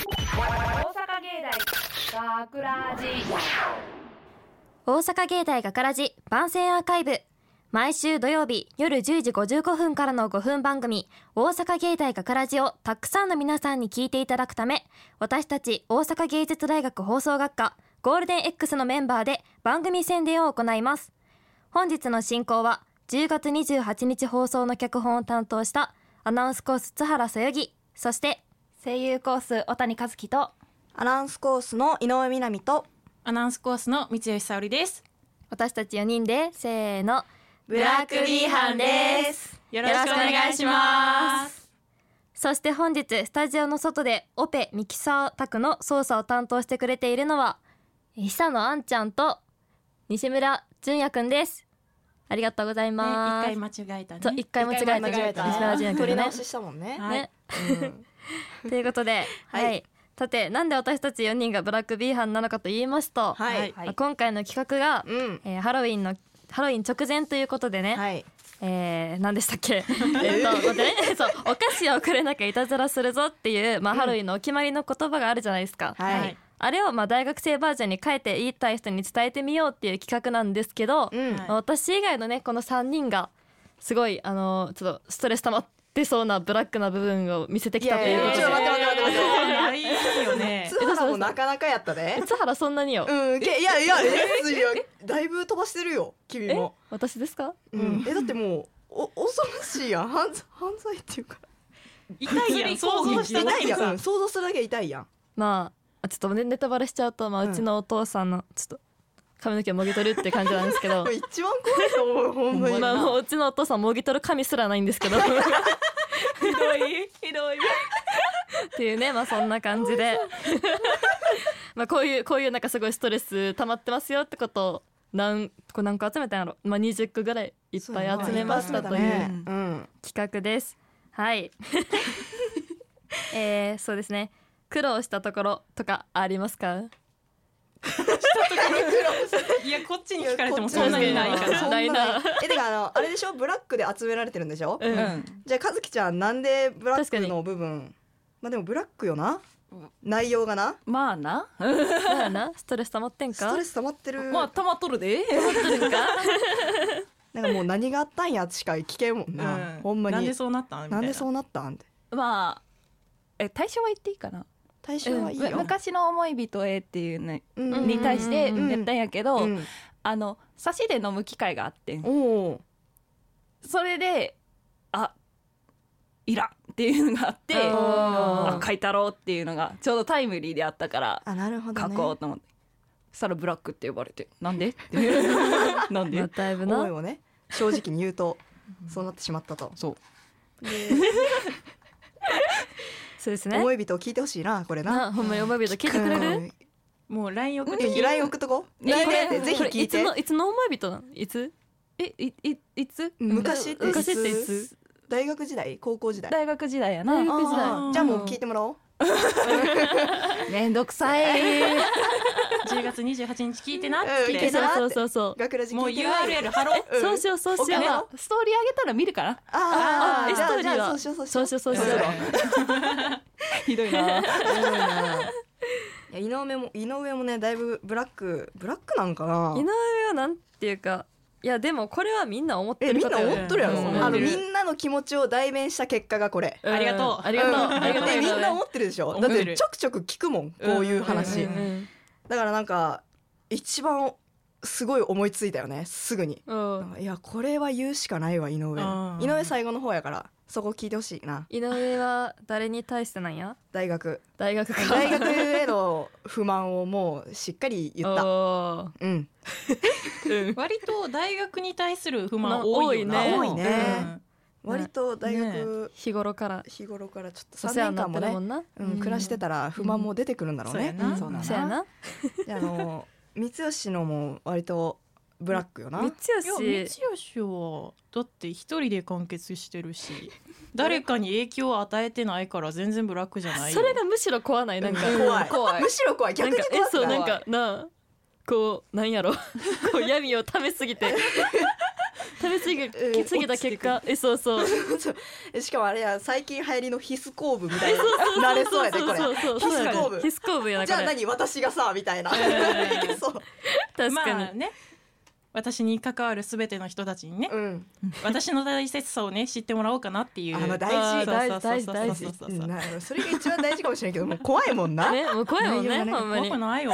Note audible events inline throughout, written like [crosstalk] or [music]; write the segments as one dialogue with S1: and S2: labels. S1: 大阪芸大学ラジ
S2: 大阪芸大学ラジ番宣アーカイブ毎週土曜日夜10時55分からの5分番組「大阪芸大学ラジをたくさんの皆さんに聞いていただくため私たち大阪芸術大学放送学科ゴールデン X のメンバーで番組宣伝を行います本日の進行は10月28日放送の脚本を担当したアナウンスコース津原そよぎそして
S3: 声優コース小谷和樹と
S4: アナウンスコースの井上みなみと
S5: アナウンスコースの道吉沙織です。
S2: 私たち4人でせーの
S4: ブ
S5: ラックリーハンですよ。
S2: ろしくお願いしますそして本日スタジオの外でオペミキサー宅の操作を担当してくれているのは久野あんちゃんと西村純也くんですありがとうござい
S5: ね、一
S2: ます、
S5: 回間違えたね。
S2: そう一回間違えた
S5: 一回間違えた
S2: 西村純也
S4: 取
S2: く
S4: り
S2: んが
S4: 直
S2: ね
S4: ししたもんね
S5: はい
S2: ね [laughs] ということでは、
S4: はいい
S2: さてなんで私たち4人がブラック B 班なのかと言いますと、
S4: はい
S5: はい
S2: まあ今回の企画が、
S4: うん
S2: えーハロウィンのハロウィン直前ということでね、
S4: はい
S2: えー、何でしたっ
S4: [laughs]
S2: けえっと待ってねそうお菓子をくれなきゃいたずらするぞっていう、まあ、ハロウィンのお決まりの言葉があるじゃないですか、
S4: はい
S5: はい
S2: あれをまあ大学生バージョンに変えて言いたい人に伝えてみようっていう企画なんですけど、
S4: うん
S5: はい
S2: まあ私以外のねこの3人がすごいあのちょっとストレス溜まってそうなブラックな部分を見せてきたと
S4: い
S2: いう
S4: や
S2: こと
S4: ちょっと待って待って待って
S5: って。いいよね
S4: 津。原もなかなかやったね
S2: で津原そんなによ、
S4: うんけいやいやえいやだいぶ飛ばしてるよ君
S2: え
S4: も
S2: 私ですか
S4: うんえだってもうお恐ろしいやん犯犯罪っていうか
S5: 痛いやん。想像した
S4: 痛
S5: だけ
S4: い
S5: で
S4: やんう
S5: さ
S4: ん。想像するだけ痛いやん
S2: まああちょっとねネタバレしちゃうと、まあ、
S4: うん
S2: うちのお父さんのちょっと髪の毛をもぎ取るって感じなんですけど
S4: [laughs] もう一番怖いと思うほんまに
S2: まあ、もううちのお父さんもぎ取る神すらないんですけど [laughs] っ
S5: ひど
S2: [laughs]
S5: いひどい。
S2: ていうねまあそんな感じで [laughs] まあこういうこういうなんかすごいストレス溜まってますよってことを何これ何個集めたんやろ、まあ、20個ぐらいいっぱい集めましたという
S4: ねうん
S2: 企画ですはい [laughs] えー、そうですね苦労したところとかありますか
S5: [laughs] いやこっちに聞かれてもそんなにないか
S2: こっち
S5: ら。
S2: にないな
S4: えてかあのあれでしょブラックで集められてるんでしょ
S2: う、
S5: うんん。
S4: じゃあ和樹ちゃんなんでブラッ
S2: 確か
S4: ク
S2: に
S4: の部分まあでもブラックよな内容がな
S6: まあな、
S2: まあなストレス溜まってん
S4: スト
S2: か
S4: レス溜まってる
S6: まあたまっとるで。
S4: なんかもう何があったんやしか聞けんもんな、
S5: うん
S4: ほんまに
S5: なんでそうなったんみたいな。
S4: なんでそうなったんって
S6: まあえ対象は言っていいかな。
S4: 対象はいいよ、
S6: む昔の思い人へっていうの
S4: うん
S2: うん
S6: に対して
S4: うん
S6: やったんやけど、
S4: うん
S6: あの差しで飲む機会があってん
S4: おお
S6: それであいらんっていうのがあって、
S2: あ
S6: あ書いたろうっていうのがちょうどタイムリーであったから
S4: あなるほど
S6: 書
S4: ね
S6: こうと思って。そしたらブラックって呼ばれてなんでって
S2: [laughs]
S6: なん
S2: ま
S6: で
S2: あ、だいぶ
S4: 思い
S2: な
S4: をね正直に言うとそうなってしまったと
S6: そう
S2: そうですね
S4: 思い人を聞いてほしいなこれな
S2: なほんまにおまびと聞いてくれる、
S4: うん
S5: もうライン送っ
S4: え
S5: て。
S4: LINE 送っとこう
S6: いや
S4: これ
S6: これ
S4: ぜひ聞
S2: これ
S4: いて
S2: つのいつの思い人なのいつ
S6: えいいいつ
S4: 昔ってい
S2: 昔ってい
S4: つ
S2: つ
S4: 大学時代高校時代
S6: 大学時代やな
S2: 大学時代
S4: あーじゃあもう聞いてもらおう
S6: めんどくさ
S4: [laughs]
S6: い
S5: 10月28日聞いてなっ
S4: うん聞い
S5: て
S4: てな。
S2: そうそうそう
S4: 学ラジ
S5: もう
S4: 聞いてない
S5: URL 貼ろう。
S4: うん
S2: そうしようそうしよう、
S4: ね
S6: ストーリー上げたら見るかな
S2: あ
S4: あー
S2: え
S4: じゃあ
S2: ストーリーは
S4: じゃあそうしよ
S2: そう
S4: う
S2: しようそうしよ
S5: [laughs]
S4: そうう
S6: ひどいな
S4: ういや井上も井上もねだいぶブラックブラックなんかな
S2: 井上はなんていうかいやでもこれはみんな思って
S4: え
S2: る
S4: みん
S2: こと
S4: な
S2: よね
S4: 思っとるや
S2: うん
S4: ろ、あ
S5: 思っ
S4: の
S5: てる
S4: みんなの気持ちを代弁した結果がこれ、
S2: うん
S5: ありがとう
S2: ありがとうありがとう
S4: えみんな思
S2: っ
S4: ってるでしょ
S5: 思
S4: だ
S5: っ
S4: って
S5: る
S4: てちょくちょく聞くもんこういう話、
S5: うんうん
S4: だからなんか一番すごい思いついたよねすぐになんかいやこれは言うしかないわ井上
S5: うん
S4: 井上最後の方やからそこ聞いてほしいな
S2: 井上は誰に対してなんや
S4: 大学
S2: 大学か
S4: 大学への不満をもうしっかり言った
S2: お
S4: うん
S2: ーうん
S5: 割と大学に対する不満多いよ
S2: まあ
S5: な
S2: 多
S4: いね
S5: うん
S4: 割と大学
S2: 日頃から
S4: 日頃からちょっと
S2: お
S4: 3
S2: 世話
S4: 年
S2: にな
S4: 間
S2: っ
S4: も
S2: てるも
S4: ね
S2: んな
S4: うん暮らしてたら不満も出てくるんだろう
S5: そうや
S4: ね。
S5: な。
S6: そうな
S2: そやな
S4: であの三吉のも割とブラックよな
S2: 三。
S5: いや
S2: 吉
S5: 道吉はだって一人で完結してるし誰かに影響を与えてないから全然ブラックじゃないよ
S2: それがむしろ怖ないなんか
S4: 怖い
S6: 怖い
S4: むしろ怖い逆
S2: なん
S4: に
S2: かえ
S4: 怖く
S2: そう
S4: な
S2: ない
S6: [laughs]
S2: ん
S4: [laughs]
S2: かなあこうなんやろこう闇をためすぎて
S6: 食べ過ぎ
S4: う
S6: 食
S4: ん
S6: べ過ぎた結果えそうそう
S4: えしかもあれや最近流行りのヒスコーブみたいになれそうやでこれ
S6: そうそう
S4: ヒ
S6: そう
S4: スコー
S6: ヒ
S4: ブ
S6: スコーブやな
S4: じゃあ
S6: これ
S4: 何私がさみたいないけ [laughs] そう
S6: 確かに、
S5: まあね私に関わるすべての人たちにね、
S4: うん
S5: 私の大切さをね知ってもらおうかなっていう
S4: あまあ大事
S5: そうそうそう
S6: 大事大事
S5: そうそうそう
S4: なそれが一番大事かもしれないけどもう怖い
S2: [laughs]
S4: もんな、
S6: ねもう怖いもん
S4: 内容
S6: ね
S4: がね
S6: ほんまに
S5: 怖くないよ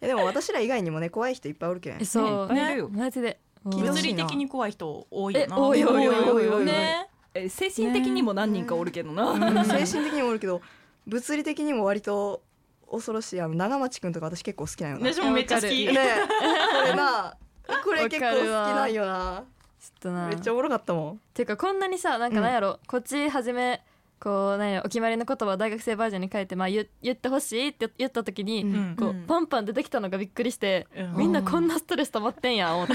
S4: えでも私ら以外にもね怖い人いっぱいおるけん
S6: えそう
S5: ね
S6: ねマジでもう
S4: 昨日
S5: 物理的に怖い人多いよな
S6: え多い
S4: 多い多い多い多い
S5: ね
S6: え精神的にも何人かおるけどな、
S4: うん精神的にもおるけど物理的にも割と恐ろしいあの長町くんとか私結構好きなんよなね
S5: 私もめっちゃ好き、
S4: えこれなこれ結構好きなんよな
S6: ちょっとな
S4: めっちゃおもろかったもん
S6: ていうかこんなにさなんかなんやろ、こっち初めこうなんやろお決まりの言葉を大学生バージョンに変えて、まあ、言言ってほしいって言った時に、
S4: うん
S5: うん
S6: こう
S5: うん
S6: パンパン出てきたのがびっくりして、
S5: うん
S6: みんなこんなストレス溜まってんや
S5: [laughs]
S6: 思って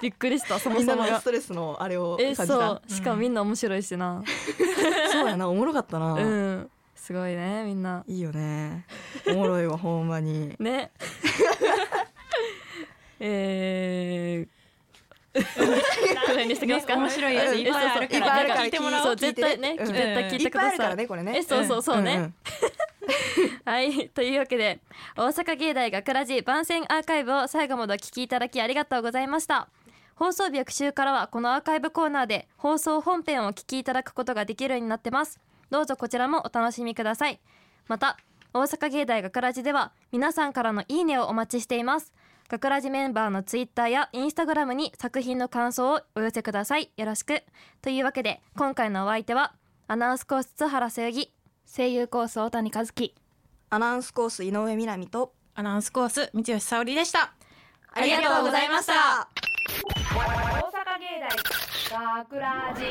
S6: びっくりしたそも
S4: みんな
S6: そ
S4: の
S6: もが
S4: ス。トレスのあれを
S6: え
S4: 感じ
S6: そ
S4: た
S6: う
S5: うん
S6: しかもみんな面白いしな、
S4: そうやなおもろかったな、
S6: うんすごいねみんない
S4: いよねおもろいわほんまに
S5: [laughs]
S6: ねえ
S5: [laughs]
S6: ー、これにしてきますか、
S5: ね面白いやついっぱいある
S4: い
S5: か
S4: っぱいあ
S5: ら
S4: る
S5: ね
S4: から
S5: 聞いてもら
S4: 聞
S5: お
S6: そうう絶対ね、
S4: うん
S6: 絶対聞い
S4: い
S6: て
S4: っ
S6: く
S4: ぱい
S6: だ
S4: あ
S6: さ
S4: る
S6: い
S4: からねこれね
S6: えそうそうそうね、
S4: んん
S6: はいというわけで大阪芸大学ラジ番宣アーカイブを最後までお聞きいただきありがとうございました放送日翌週からはこのアーカイブコーナーで放送本編をお聞きいただくことができるようになってますどうぞこちらもお楽しみくださいまた大阪芸大学ラジでは皆さんからのいいねをお待ちしています学ラジメンバーのツイッターやインスタグラムに作品の感想をお寄せくださいよろしくというわけで今回のお相手はアナウンスコース津原そよぎ
S3: 声優コース大谷和樹
S4: アナウンスコース井上みなみと
S5: アナウンスコース三吉沙織でした
S4: あ
S6: りがとうございました
S1: 大阪芸大学ラジ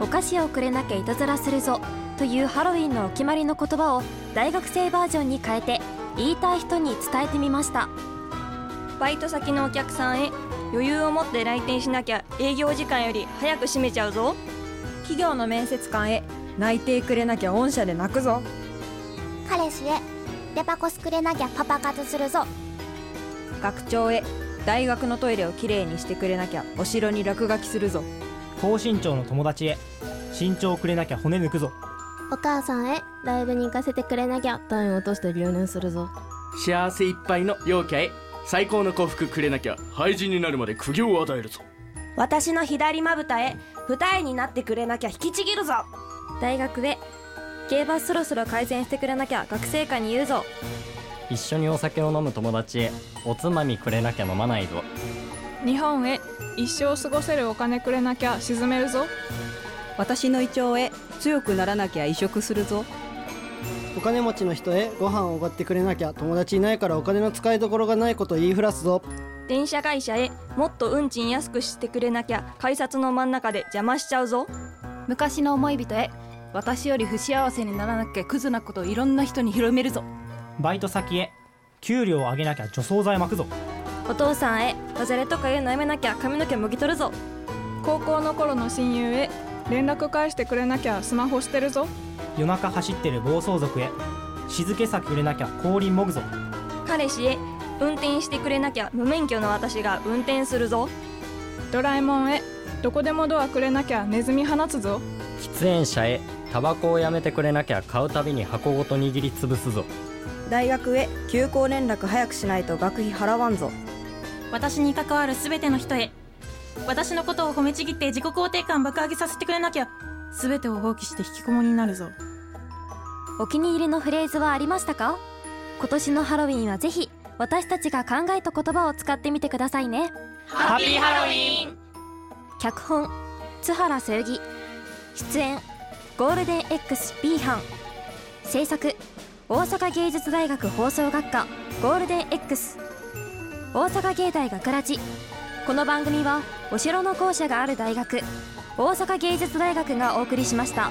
S2: お菓子をくれなきゃいたずらするぞというハロウィンのお決まりの言葉を大学生バージョンに変えて言いたい人に伝えてみました
S7: バイト先のお客さんへ余裕を持って来店しなきゃ営業時間より早く閉めちゃうぞ企業の面接官へ内定くれなきゃ御社で泣くぞ
S8: 彼氏へデパコスくれなきゃパパ活するぞ
S7: 学長へ大学のトイレをきれいにしてくれなきゃお城に落書きするぞ
S9: 高身長の友達へ身長くれなきゃ骨抜くぞ
S10: お母さんへライブに行かせてくれなきゃ単位落として留年するぞ
S11: 幸せいっぱいの陽キャへ最高の幸福くれなきゃ廃人になるまで苦行を与えるぞ
S7: 私の左まぶたへ二重になってくれなきゃ引きちぎるぞ
S2: 大学へ競馬そろそろ改善してくれなきゃ学生会に言うぞ
S9: 一緒にお酒を飲む友達へおつまみくれなきゃ飲まないぞ
S10: 日本へ一生過ごせるお金くれなきゃ沈めるぞ
S7: 私の胃腸へ強くならなきゃ移植するぞ
S9: お金持ちの人へご飯をおごってくれなきゃ友達いないからお金の使いどころがないことを言いふらすぞ
S7: 電車会社へもっと運賃安くしてくれなきゃ改札の真ん中で邪魔しちゃうぞ
S3: 昔の思い人へ私より不幸せにならなきゃクズなことをいろんな人に広めるぞ
S9: バイト先へ給料を上げなきゃ除草剤巻くぞ
S2: お父さんへダジャレとか言うのやめなきゃ髪の毛もぎ取るぞ
S10: 高校の頃の親友へ連絡返してくれなきゃスマホしてるぞ
S9: 夜中走ってる暴走族へ静けさくれなきゃ氷もぐぞ
S7: 彼氏へ運転してくれなきゃ無免許の私が運転するぞ
S10: ドラえもんへどこでもドアくれなきゃネズミ放つぞ
S9: 喫煙者へタバコをやめてくれなきゃ買うたびに箱ごと握りつぶすぞ
S7: 大学へ休校連絡早くしないと学費払わんぞ
S5: 私に関わるすべての人へ私のことを褒めちぎって自己肯定感爆上げさせてくれなきゃすべてを放棄して引きこもりになるぞ
S2: お気に入りのフレーズはありましたか今年のハロウィンはぜひ私たちが考えた言葉を使ってみてくださいね
S5: ハッピーハロウィン
S2: 脚本津原そよぎ出演ゴールデン XB 班制作大阪芸術大学放送学科ゴールデン X 大阪芸大学ラジこの番組はお城の校舎がある大学大阪芸術大学がお送りしました。